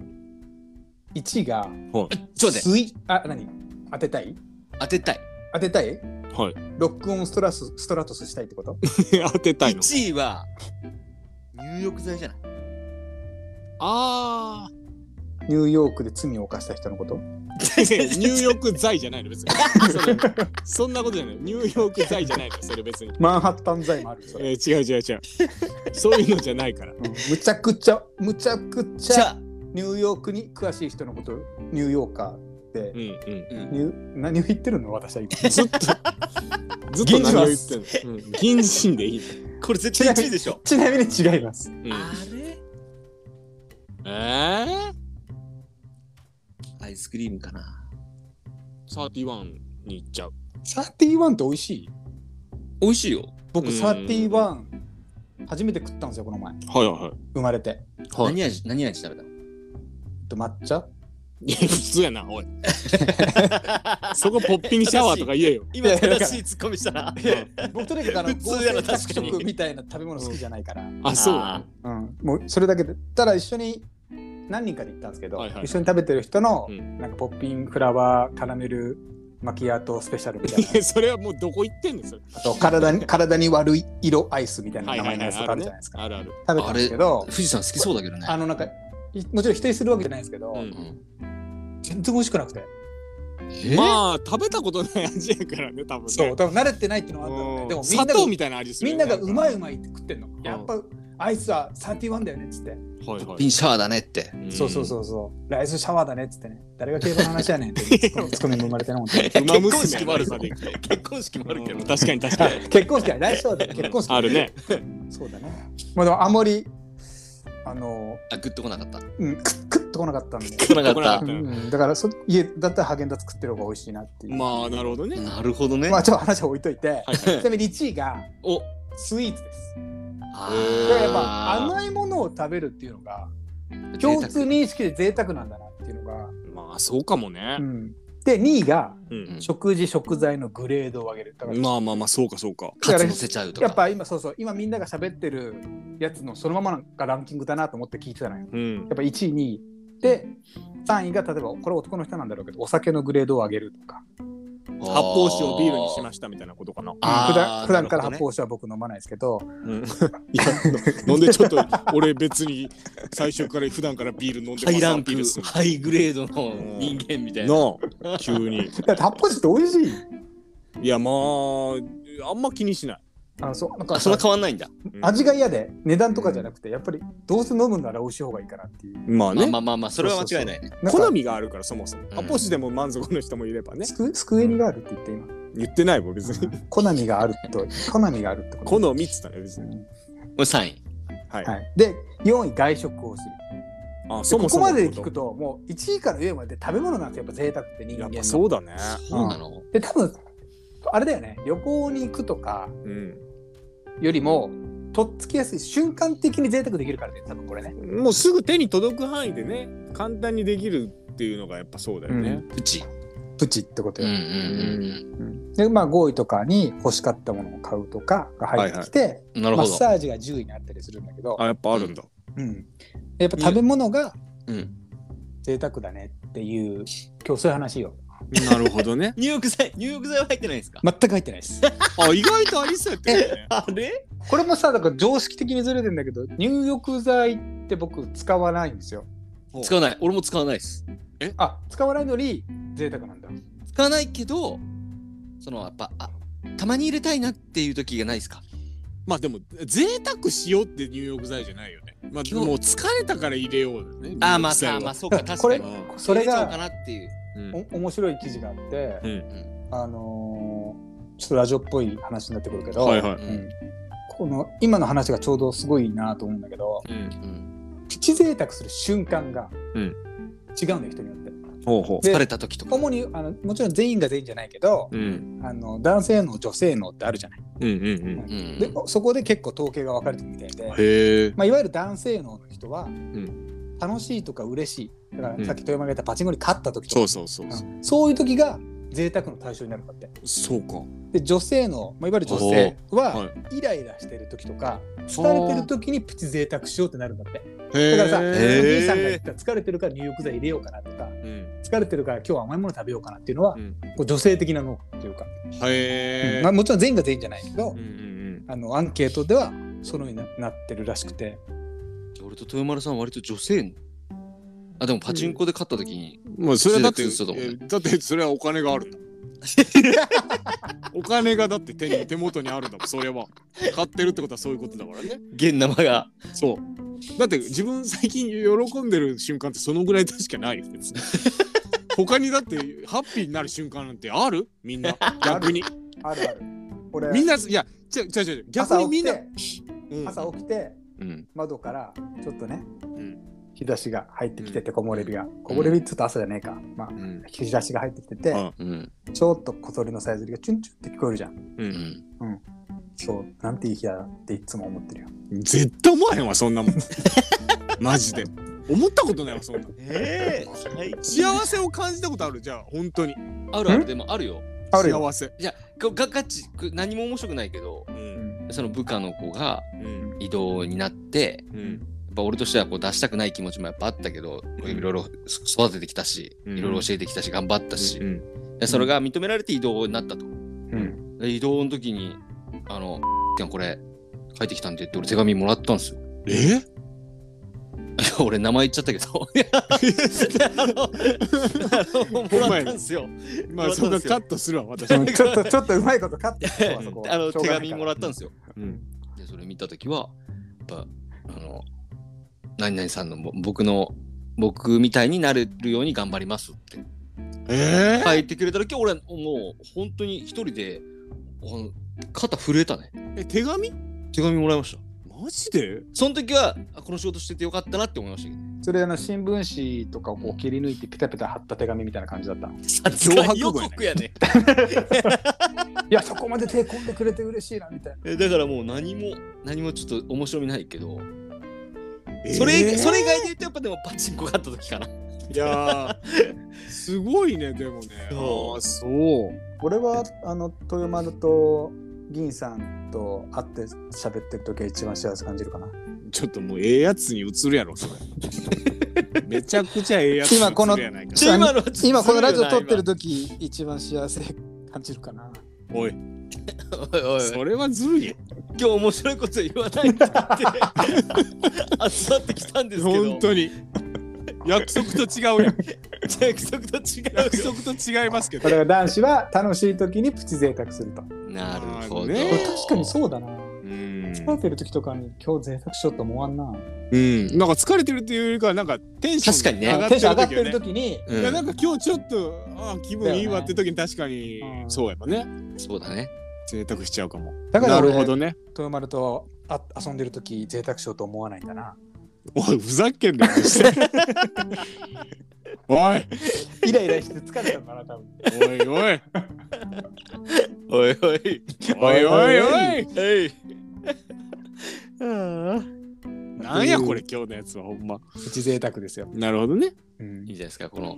1位がちょっと待ってスイあ何当てたい当てたい。当てたいはい [LAUGHS] ロックオンストラスストラトスしたいってこと当てたいの1位は入浴剤じゃないああニューヨークで罪を犯した人のこと [LAUGHS] 入浴剤じゃないの別にそんなそんなことじゃない入浴剤じゃないのそれ別にマンハッタン財もあるよそれ、えー違う違う違うそういうのじゃないからうんむちゃくちゃむちゃくちじゃゃあ、ニューヨークに詳しい人のことニューヨーカーってうんうんニュー何を言ってるの私は今ずっとずっと何を言ってんの、うん、銀人でいいこれ絶対1位でしょ。ちなみに違いますの、うん、れえー、アイスクリームかな。 31に行っちゃう31って美味しい美味しいよ。僕うん31初めて食ったんですよこの前はいはいはい生まれてはい何味何味食べたと抹茶いや普通やなおいそこポッピングシャワーとか言 [LAUGHS] えよ今正正ししいツッコミしたな。 [LAUGHS] 僕とにかくあの普通やな合成確かに拓殖みたいな食べ物好きじゃないから、あそうなのうん、もうそれだけでただ一緒に何人かで行ったんですけど、はいはい一緒に食べてる人の、うんなんかポッピンフラワーカラメルマキアートスペシャルみたい [LAUGHS] いなやそれはもうどこ行ってんねんそれあと体に体に悪い色アイスみたいなはい名前はいのはやいつとかああるじるゃないねですか、あ食るあるべたんですけど [LAUGHS] 富士山好きそうだけどね。あのなんかいもちろん否定するわけじゃないですけど、うん全然美味しくなくてえあ、まあ食べたことない味やからね多分ねそう多分慣れてないっていうのがあったので、うんでもみんな砂が糖みたいな味するみよんねながうまいうまいって食ってんの、やっぱアイスは31だよねっつって、はいはピンシャワーだねって。いそうそうそうそうライスシャワーだねっつってね誰が競馬の話やねんって [LAUGHS] ツッコミツッコミも生まれてないもんねうん馬結婚娘式ももああるるさぞで結婚式もあるけど。確かに確か [LAUGHS] に結婚式は来週だね結婚式 [LAUGHS] あるねそうだねまあでもあんまりあの、あ、グッとこなかった。うん、クックッとこなかったんで、来来なかなかっっうん、だからそ家だったらハーゲンダッツ作ってる方が美味しいなっていう、ままあなるほどねた。 [LAUGHS] なるほどね。あちょっと話は置いといて、ちなみに1位がお、スイーツですあだからやっぱ甘いものを食べるっていうのがー共通。認識で贅沢なんだなっていうのが、まあそうかもねう。ん、で2位がうん食事食材のグレードを上げるだからまあまあまあそうかそうか。カツ乗せちゃうとやっか。ぱ今そうそう今みんなが喋ってるやつのそのままがランキングだなと思って聞いてたのようんやっぱ1位2位で3位が例えばこれ男の人なんだろうけどお酒のグレードを上げるとか、発泡酒をビールにしましたみたいなことかな。あー普段普段からなる発ほど泡酒は僕飲まないですけどうん [LAUGHS] いやなんでちょっと俺別に最初から普段からビール飲んでハイラアンピクールす、るハイグレードの人間みたい [LAUGHS] な。の。なあ急に。だって発泡酒って美味しいいやまああんま気にしない。あのそうなんかあ、そんな変わんないんだ。うん味が嫌で値段とかじゃなくてやっぱりどうせ飲むなら美味しい方がいいからっていうまあまあねま。あまあまあ、それは間違いないね。なんか好みがあるからそもそも。ん発泡酒でも満足の人もいればねス。クスクエニがあるって言って [LAUGHS] 今言ってないもん別に。 [LAUGHS] コナミがあるとコナミがあるってこと好みっつったね別に。これ3位。はい。はい、で4位外食をするあでそこもこそもまのと。で聞くともう1位から4位まで食べ物なんてやっぱ贅沢って人間やっのぱそうだね。そうなので多分あれだよね旅行に行くとかうん。よりもとっつきやすい瞬間的に贅沢できるからね多分これねもうすぐ手に届く範囲でね簡単にできるっていうのがやっぱそうだよね。うち。プチってことうんよ、うんでまあ5位とかに欲しかったものを買うとかが入ってきて、うん。なるマほッど。サージが10位にあったりするんだけどあ、やっぱあるんだ。うん、やっぱ食べ物がうん。贅沢だねっていう今日そういう話よなるほどね入浴剤、入浴剤は入ってないんですか全く入ってないです [LAUGHS] あ、意外とありそうやったよね。 [LAUGHS] あれ [LAUGHS] これもさだから常識的にずれてんだけど入浴剤って僕使わないんですよ使わない。俺も使わないです。あ使わないのに贅沢なんだ使わないけど、そのやっぱ、あたまに入れたいなっていう時がないですかまあでも、贅沢しようって入浴剤じゃないよね。まあ、今日もう疲れたから入れようだね。あーま入あ浴剤はまあ、そうか、確かに。これうそれ入ちゃおうかがなっていう。んお面白い記事があって、うんあのーちょっとラジオっぽい話になってくるけど、はいはうい。うんん。この今の話がちょうどすごいなと思うんだけどうん。うんプチ贅沢する瞬間がう違うんんだよ人によって。ほうほで疲れた時とか。主にあのもちろん全員が全員じゃないけど、う。うん。あの男性の女性のってあるじゃない。うんうんうん。うんでそこで結構統計が分かれてるみたいで、へえ。まあ、いわゆる男性のの人は、ん楽しいとか嬉しいだかうんらさっき富山が言ったパチンコに勝った時とか、そうそうそうそううんそういう時が贅沢の対象になるんだってそうかで女性の、まあ、いわゆる女性おーははイライラしてる時とか疲れてる時にプチ贅沢しようってなるんだってだからさおへーじいさんが言った疲れてるから入浴剤入れようかなとかうん疲れてるから今日は甘いもの食べようかなっていうのは、うんこう女性的なのっていうか、へえまあ、もちろん全員が全員じゃないけど、うんうんあのアンケートではそのようにななってるらしくて俺と豊丸さんは割と女性のあでもパチンコで勝った時に、うんまあそれはだってそうだよえだってそれはお金があるんだ [LAUGHS] お金がだって手に手元にあるんだもんそれは買ってるってことはそういうことだからね現生がそうだって自分最近喜んでる瞬間ってそのぐらいでしかないよ別 [LAUGHS] に他にだってハッピーになる瞬間なんてあるみん [LAUGHS] な逆にあるある俺みんないや違う違う違う逆朝に起みきんなてうん朝起きてうん窓からちょっとね、ん日差しが入ってきてて木漏れ日が木漏れ日ちょっと朝じゃねえか、まあ、うん日差しが入ってきてて、うんうんちょっと小鳥のさえずりがチュンチュンって聞こえるじゃんううんん今日なんていい日だっていつも思ってるよ絶対思わへんわそんなもん [LAUGHS] マジで思ったことないわそんなええ最幸せを感じたことあるじゃあ本当にあるあんるでもあるよあるよ、幸せいやこがガチこ何も面白くないけどううんんその部下の子がうん異動になってうんやっぱ俺としてはこう出したくない気持ちもやっぱあったけど、うんいろいろそ育ててきたし、うんいろいろ教えてきたし頑張ったし、うんでそれが認められて異動になったと。うんで移動の時に「あのちゃんこれ帰ってきたんで」って俺手紙もらったんですよ。 [LAUGHS] えいや俺名前言っちゃったけど。いやあのあのもらったんですよ。まあそんなカットするわ私うんちょっとちょっとうまいことカット [LAUGHS] してそこは [LAUGHS] あのしょう手がない紙からもらったんですよ。うんでそれ見た時はやっぱあの何々さんのぼ僕の僕みたいになれるように頑張りますってえ書いてくれた時俺はもう本当に一人であの肩震えたね。え手紙手紙もらいました。マジでその時はあこの仕事しててよかったなって思いましたけど。それあの新聞紙とかをこう切り抜いてペタペタ貼った手紙みたいな感じだったのい殺害予告やね。やそこまで手込んでくれて嬉しいなみたいなえだからもう何も何もちょっと面白みないけど、えーそれそ [LAUGHS] れ以外で言うとやっぱでもパチンコ勝った時かな。いやーすごいねでもねそうあーそう俺はあの豊丸と銀さんと会って喋ってる時が一番幸せ感じるかなちょっともうええやつに映るやろそ [LAUGHS] れめちゃくちゃええやつに今この映るやないかちょ今の今このラジオ撮ってる時。時一番幸せ感じるかなおいおいおいおいそれはずるいよ今日面白いこと言わないって言って集まってきたんですけど。本当に約束と違うやん約束と違 [LAUGHS] 約うよ。束と違いますけこど [LAUGHS] れは男子は楽しい時にプチ贅沢するとこなるほまあど。れね確かにそうだなうん疲れてる時とかに今日贅沢しようと思わんなうんなんか疲れてるっていうよりかはなんかテンション確テンション上が上がっっててるる時時よねにうんいやなんか今日ちょっとあー気分いいわって時に確かにだよねそうやっぱねそうだね。贅沢しちゃうかもだからな俺るほどね豊丸とあ遊んでる時贅沢しようと思わないんだなおいふざけんなよ [LAUGHS] おいイライラして疲れたんだな多分おいおいおおいおい。いおいおいおい。なんやこれ今日のやつはほんまプチ贅沢ですよ、なるほどねうんいいじゃないですか、この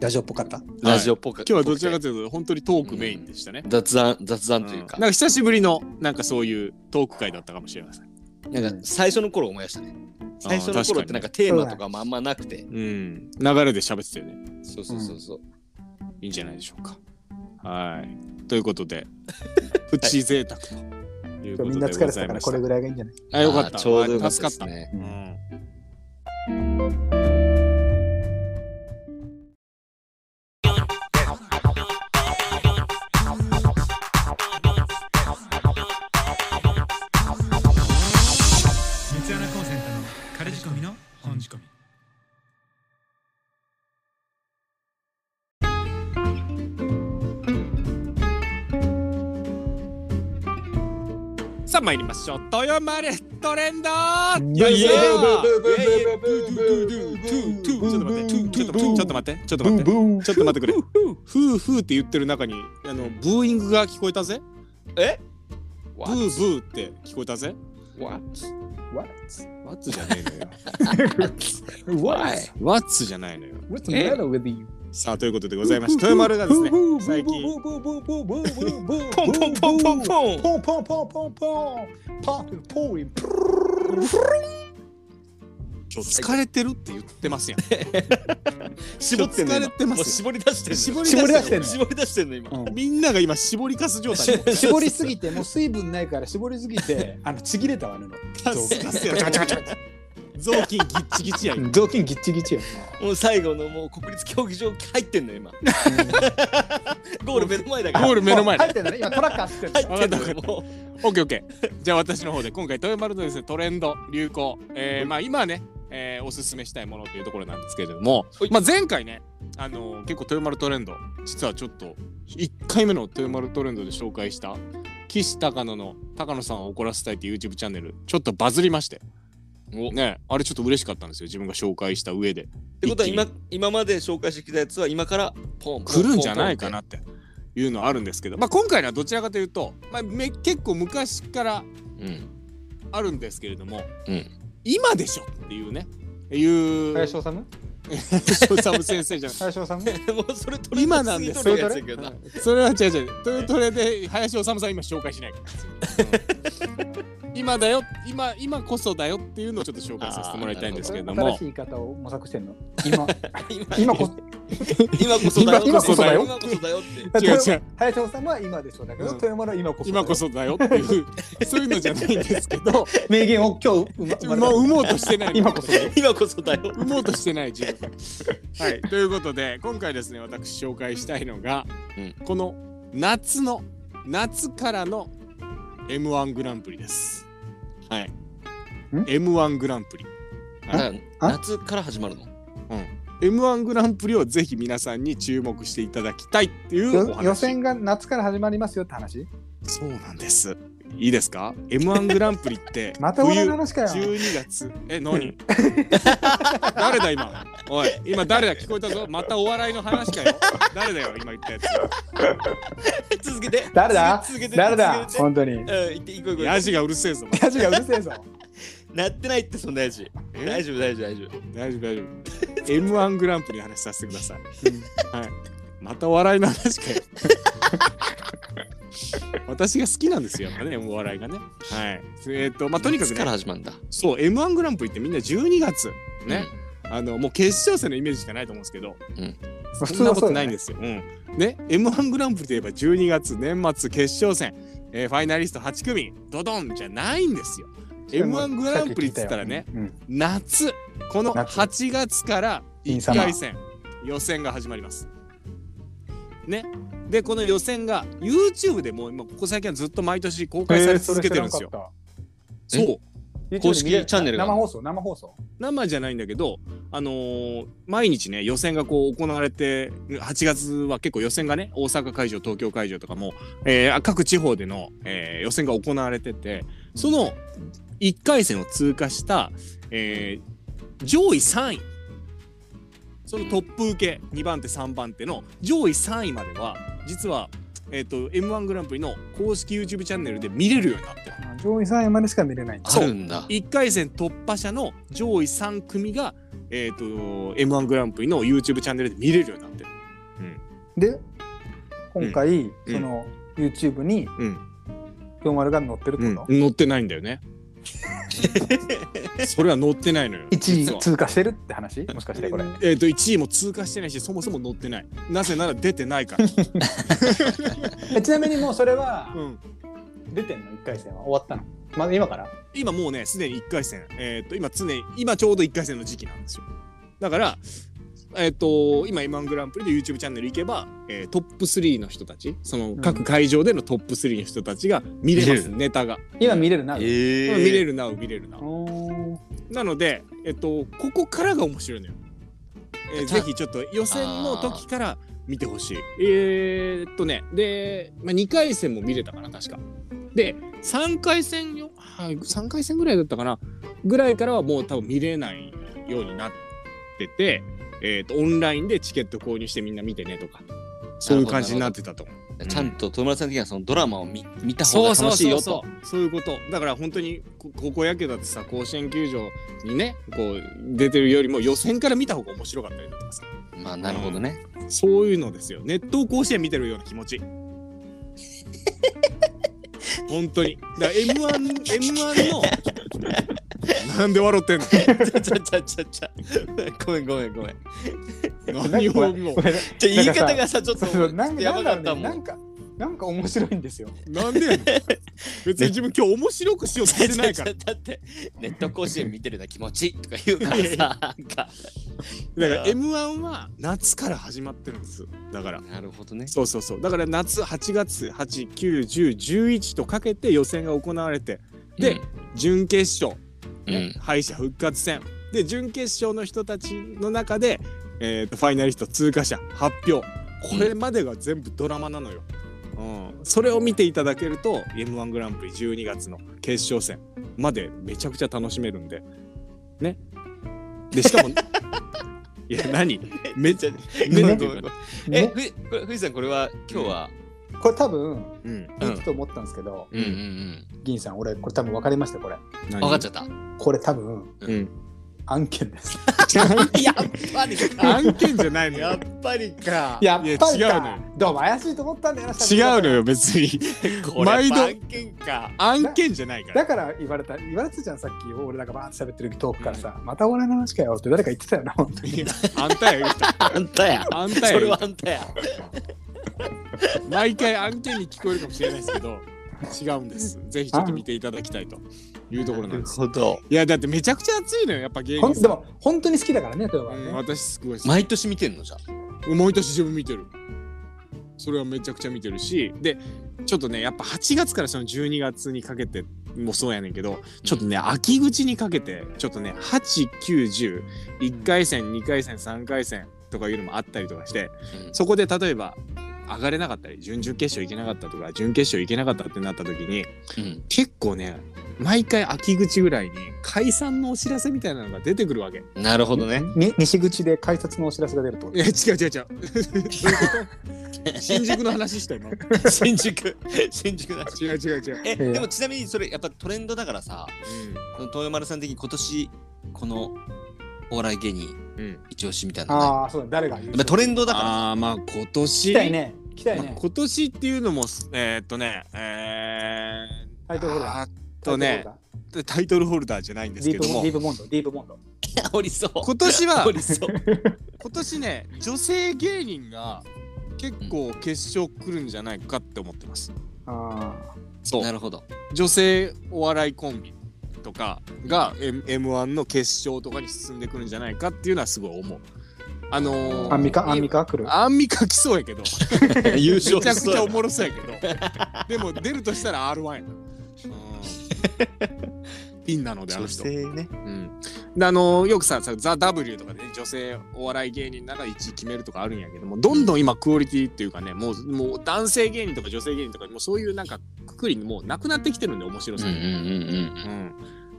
ラジオっぽかったラジオっぽく。今日はどちらかというと本当にトークメインでしたね雑談、雑談とといいううかかな、んか久しぶりのなんかそういうトーク会だったかもしれませんなんか最初の頃思い出したね。最初の頃ってなんかテーマとかもあんまなくて。うん流れで喋ってたよねそうそうそうそう。いいんじゃないでしょうか。はい。ということで、プチ贅沢とい今日うことみんでなご疲れてざたいかまらした。これぐらいがいいんじゃないあ、よかった。あーちょうどよかった助かっですた。ね。うん三ツ穴コンセントの彼仕込みの本仕込みさあ参りましょう。豊丸トレンドいやいやいやちょっと待って。ちょっと待って。ちょっと待って。ちょっと待って。ンちょっと待ってくれ。ふうふうって言ってる中に、あの、ブーイングが聞こえたぜ。えブーブーって聞こえたぜ。 What? What? ワッツじゃねえのよ。 Why? [LAUGHS] ワッツじゃないのよ。 What's the matter with you? さあ、ということでございまして、豊丸がですね、最近、ポンポンポンポンポンポンポンポンポンポンポンパンポインプ今日疲れてるって言って [LAUGHS] ますやん。絞ってんの疲れてますよもう絞り出してんの絞り出してんの絞り出してんの今ルみんなが今、絞りかす状態。絞りすぎてもう水分ないから絞りすぎてあのちぎれたわねのか [LAUGHS] すかすやん。雑巾ギッチギチやん。雑巾ギッチギチよもう最後のもう国立競技場入ってんの今 [LAUGHS] ゴール目の前だからゴール目の前で入ってんだね今トラック走ってる入ってんのよもうオッケーオッケー。じゃあ私の方で今回豊丸のですねトレンド流行、えーまあ今ね、えーおすすめしたいものというところなんですけれどもはい、まあ前回ね、あのー結構豊丸トレンド実はちょっと1回目の豊丸トレンドで紹介した岸高野の高野さんを怒らせたいっていう YouTube チャンネルちょっとバズりまして。ね、あれちょっと嬉しかったんですよ自分が紹介した上で。っってことは今今まで紹介してきたやつは今からポンポン来るんじゃないかなっていうのはあるんですけど、まあ、今回のはどちらかというと、まあ、め結構昔からうんあるんですけれども、うん今でしょっていうねいう林修林サブ先生じゃない修 [LAUGHS] もうそれ取今なんですそれやつやけどなそれは違う違うトヨトレで林修さん今紹介しないから、うん今だよ今今こそだよっていうのをちょっと紹介させてもらいたいんですけれど新もしい言い方を模索してんの今今今こ今こそだよ今今こそだよ今こそだよって違う違う林修は今でしょだけどうん豊丸は今こそ今こそだよっていうそういうのじゃないんですけど名言を今日生 [LAUGHS] ま生まもれう産もうとしてない今こそだよ今こそだよ産もうとしてない自 [LAUGHS] 分。はい、ということで今回ですね私紹介したいのが、うんこの夏の夏からの m 1グランプリです。はい m 1グランプリ。ああ夏から始まるの [LAUGHS] m 1グランプリをぜひ皆さんに注目していただきたいっていうおよ話予選が夏から始まりますよって話そうなんです。いいですか m 1グランプリって [LAUGHS] また俺の冬話かよ12月え何 [LAUGHS] 誰だ今おい今誰だ聞こえたぞまたお笑いの話かよ誰だよ今言ったやつ続けて誰だ続けて誰だ続けて本当にうん行って行こう行こうヤジがうるせえぞ。お前ヤジがうるせえぞなってないってそんなやじえ大丈夫大丈夫大丈夫大丈夫大丈夫。M1 グランプリの話させてください。はい。またお笑いの話かよ。 [LAUGHS] 私が好きなんですよ、やっぱね、お笑いがね。はい。えっ、と、まあ、とにかく夏からね、始まるんだそう、M1 グランプリってみんな12月、ね、あの、もう決勝戦のイメージしかないと思うんですけど、普そんなことないんですよ。うん。ね、M1 グランプリといえば12月年末決勝戦、えーファイナリスト8組、ドドンじゃないんですよ。M1 グランプリっつったらね、うん夏この夏8月から1回戦予選が始まります。ね、でこの予選が YouTube でもう今ここ最近はずっと毎年公開され続けてるんですよ。それ知らなかったそう公式チャンネルが生放送生放送生じゃないんだけど、あのー毎日ね予選がこう行われて8月は結構予選がね大阪会場東京会場とかも、えー各地方での、えー予選が行われててその1回戦を通過した、えー上位3位そのトップ受け2番手3番手の上位3位までは実は、えー、と m 1グランプリの公式 YouTube チャンネルで見れるようになってる。上位3位までしか見れないあるんだ1回戦突破者の上位3組が、えー、と m 1グランプリの YouTube チャンネルで見れるようになってる。で今回うんその YouTube にうん京丸が載ってるってこと載ってないんだよ [LAUGHS] ね。それは載ってないのよ。 1実位は通過してるって話もしかしてこれえー、と1位も通過してないしそもそも載ってないなぜなら出てないから、えちなみにもうそれはうん出てんの1回戦は終わったのまだ今から今もうねすでに1回戦、えー、と今常に今ちょうど1回戦の時期なんですよだからえっ、と今 m 1グランプリで YouTube チャンネル行けば、えートップ3の人たちその各会場でのトップ3の人たちが見れます、見れネタが今見れるなえこれー見れるな見れるな、おーなのでえっとここからが面白いのよ、えーじゃあぜひちょっと予選の時から見てほしいえーっとねで、まあ、2回戦も見れたかな確かで3回戦よ、はい、3回戦ぐらいだったかなぐらいからはもう多分見れないようになってて、えーっとオンラインでチケット購入してみんな見てねとかそういう感じになってたと思うちゃんと富村さん的にはそのドラマを見見た方そうがそう楽しいそようと。そうそういうことだから本当にこ高校野球だってさ甲子園球場にねこう出てるよりも予選から見た方が面白かったりだとかさまあなるほどね。そういうのですよ熱湯甲子園見てるような気持 [LAUGHS] ち本当にだから m 1 M1 のなんで笑ってんのちゃちゃちゃちゃちゃ。ごめんごめんごめん。何をごめんもうごめんじゃ言いなんかさ方がさちょっそとうそうなんかやなばんだろかっうねたも。なんんかなんか面白いんですよ。なんでやねん別に自分今日面白くしようとちしゃて [LAUGHS] ちなゃいかちらゃだってネット甲子園見てるな気持ちとか言うからさなんか。だから m 1は夏から始まってるんですだからなるほどね。そうそうそうだから夏8月891011とかけて予選が行われてで、準決勝、うん、うんね敗者復活戦で準決勝の人たちの中で、えー、とファイナリスト通過者発表これまでが全部ドラマなのよ、うん、それを見ていただけると m 1グランプリ12月の決勝戦までめちゃくちゃ楽しめるんでねでしか [LAUGHS] もいや何めっちゃごめめんごめんごめんえ、ねふいこれ富士山これは今日は。これ多分うん、うんいくと思ったんですけど、うんうん銀さん俺これ多分分かりましたこれ。うん。何分かっちゃった。これ多分 [LAUGHS] うん、案件です。やっぱりか。案件じゃないのよやっぱりか。やっぱりかいや違うのよどうも怪しいと思ったんだよな。違うのよ別にこれ毎度案件か。案件じゃないからだから言われた言われてたじゃんさっき俺らがバーって喋ってるトークからさ、またお笑いの話かよって誰か言ってたよな本当にいやあんたや言うた [LAUGHS] あん [LAUGHS] たや。あんたそやれ言うはたあんたや。毎回案件に聞こえるかもしれないですけど違うんですぜひちょっと見ていただきたいというところなんですほど。いやだってめちゃくちゃ熱いのよやっぱ芸ほ人んでさんも本当に好きだからね富山はうんね、私すごい好き毎年見てんのじゃあ。毎年自分見てるそれはめちゃくちゃ見てるしでちょっとねやっぱ8月からその12月にかけてもそうやねんけどちょっとね秋口にかけてちょっとね8901回戦2回戦3回戦とかいうのもあったりとかしてうんそこで例えば上がれなかったり準々決勝行けなかったとか準決勝行けなかったってなった時にうん。結構ね毎回秋口ぐらいに解散のお知らせみたいなのが出てくるわけ。なるほどね。に西口で改札のお知らせが出るってこといや違う違う違う。そういうこと新宿の話した今。 [LAUGHS] 新宿。新宿だし。違う違う違う。え、ーでもちなみにそれやっぱトレンドだからさ、この豊丸さん的に今年このお笑い芸人うん。うん、一押しみたいなのない。ああそうだ誰が言うやっぱトレンドだから。ああまあ今年来たいね来たいね、今年っていうのもえーっとねえー、タイトルホルダーあーっとねタイトルホルダーじゃないんですディけープどモンもディープモンドディープモンド [LAUGHS] おりそう。今年はおりそう。 [LAUGHS] 今年ね女性芸人が結構決勝来るんじゃないかって思ってます。あそなうるほど。女性お笑いコンビとかが M- M1 の決勝とかに進んでくるんじゃないかっていうのはすごい思う。あーのー、アンミカアンミカ来るアンミカ来そうやけど優めちゃ勝くしちゃそおう。もろそうやけどでも出るとしたら R1 やな、 [LAUGHS] うん、ピンなのであの女人、性ね。うん、であのよくささ「ザ・ w とかで、ね、女性お笑い芸人なら1位決めるとかあるんやけどもどんどん今クオリティっていうかねもうもう男性芸人とか女性芸人とかもうそういうなんかくくりにもうなくなってきてるんで面白うんさうんが、うんうん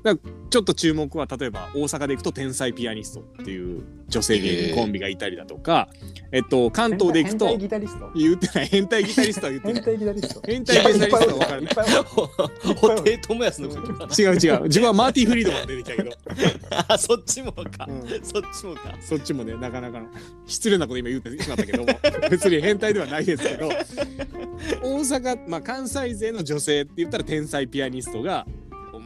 だからちょっと注目は例えば大阪でいくと天才ピアニストっていう女性芸人コンビがいたりだとか、えっと、関東でいくと変態ギタリスト言ってない変態ギタリストは言って変ない態ギタリスト変態ギタリストは分からいなっぱいおるいっぱいおうるん。ほ [LAUGHS] 布袋寅泰のことかな。い違う違う自分はマーティ・フリードマン出てきたけど、あ、そっちもかう。んそっちもか。そっちもねなかなかの失礼なこと今言ってしまったけども [LAUGHS] 別に変態ではないですけど大阪、まあ、関西勢の女性って言ったら天才ピアニストが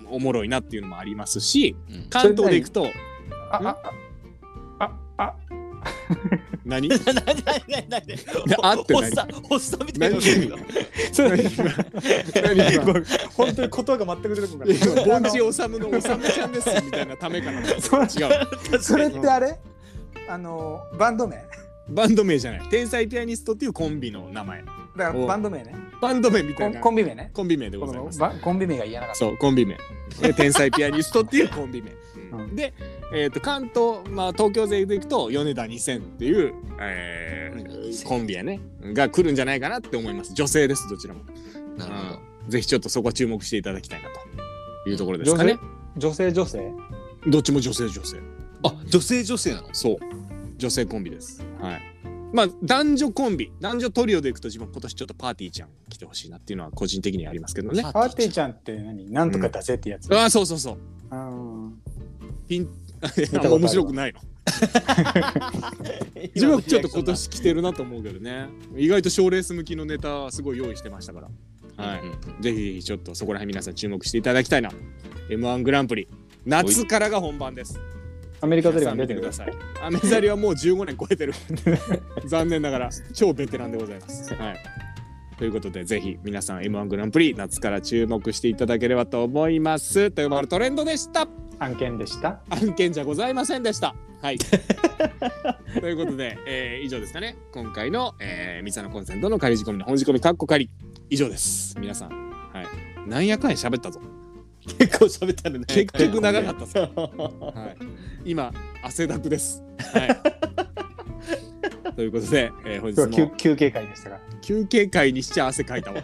おおもろいなっていうのもありますしうん関東でいくとあああああ何 [LAUGHS] ななななななあってほ何っさほっさみたいなのそうだ何ね今何今今本当に言葉が全く出てこない今凡人おさむのおさむちゃんですみたいなためかな違そううそれってあれあのバンド名だかバンド名じゃない天才ピアニストっていうコンビの名前らおバンド名ねバンド名みコたいンなコンビ名ねコンビ名でこございのますバコンビ名が言えなかっそうコンビ名で天才ピアニストっていうコンビ名、うんで、えー、と関東、まあ、東京勢でいくと米田2000っていう、えーコンビやねが来るんじゃないかなって思います女性ですどちらもなるほどぜひちょっとそこは注目していただきたいなというところですかねた女性女性どっちも女性女性あ女性女性なのそう女性コンビですはいまあ男女コンビ男女トリオでいくと自分今年ちょっとパーティーちゃん来てほしいなっていうのは個人的にはありますけどねパパーティーちちゃんって何なんとか出せってやつ、ああそうそうそうあーピン [LAUGHS] たことある面白くないのゃん自分はちょっと今年来てるなと思うけどね意外と賞ーレース向きのネタはすごい用意してましたからはい、うんうんぜひぜひちょっとそこら辺皆さん注目していただきたいな m 1グランプリ夏からが本番ですアメリカザリガン皆さん出て見てくくだださいさいアメザリはもう15年超えてる [LAUGHS] 残念ながら超ベテランでございますはいということでぜひ皆さん m 1グランプリ夏から注目していただければと思いますというまるトレンドでした案件でした案件じゃございませんでした。はい。 [LAUGHS] ということで、えー以上ですかね。今回の、えー、三沢のコンセントの仮仕込みの本仕込み、カッコ仮、以上です。皆さん、はい。なんやかんや喋ったぞ。結構喋ったのね結局長かったぞ。たはい。今、汗だくです。はい。 [LAUGHS] ということで、えー本今日日はも休休憩会でしたが休憩会にしちゃ汗かいた [LAUGHS] わ。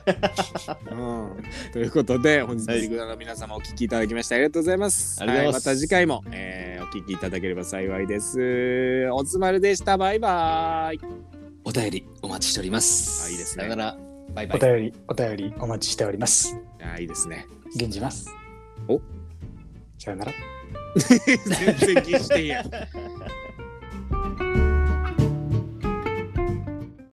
うん、ということで、本日のリグナーの皆様お聞きいただきましてありがとうございます。ありがとうございますはまた次回も、えーお聞きいただければ幸いです。おつまるでした。バイバ [LAUGHS] イ。 [LAUGHS] お便りお待ちしておりますあいいですさねよならバイバおイ便りお便りお待ちしておりますあーいいです [LAUGHS] ね。現じますおさよなら全然気にしていいや。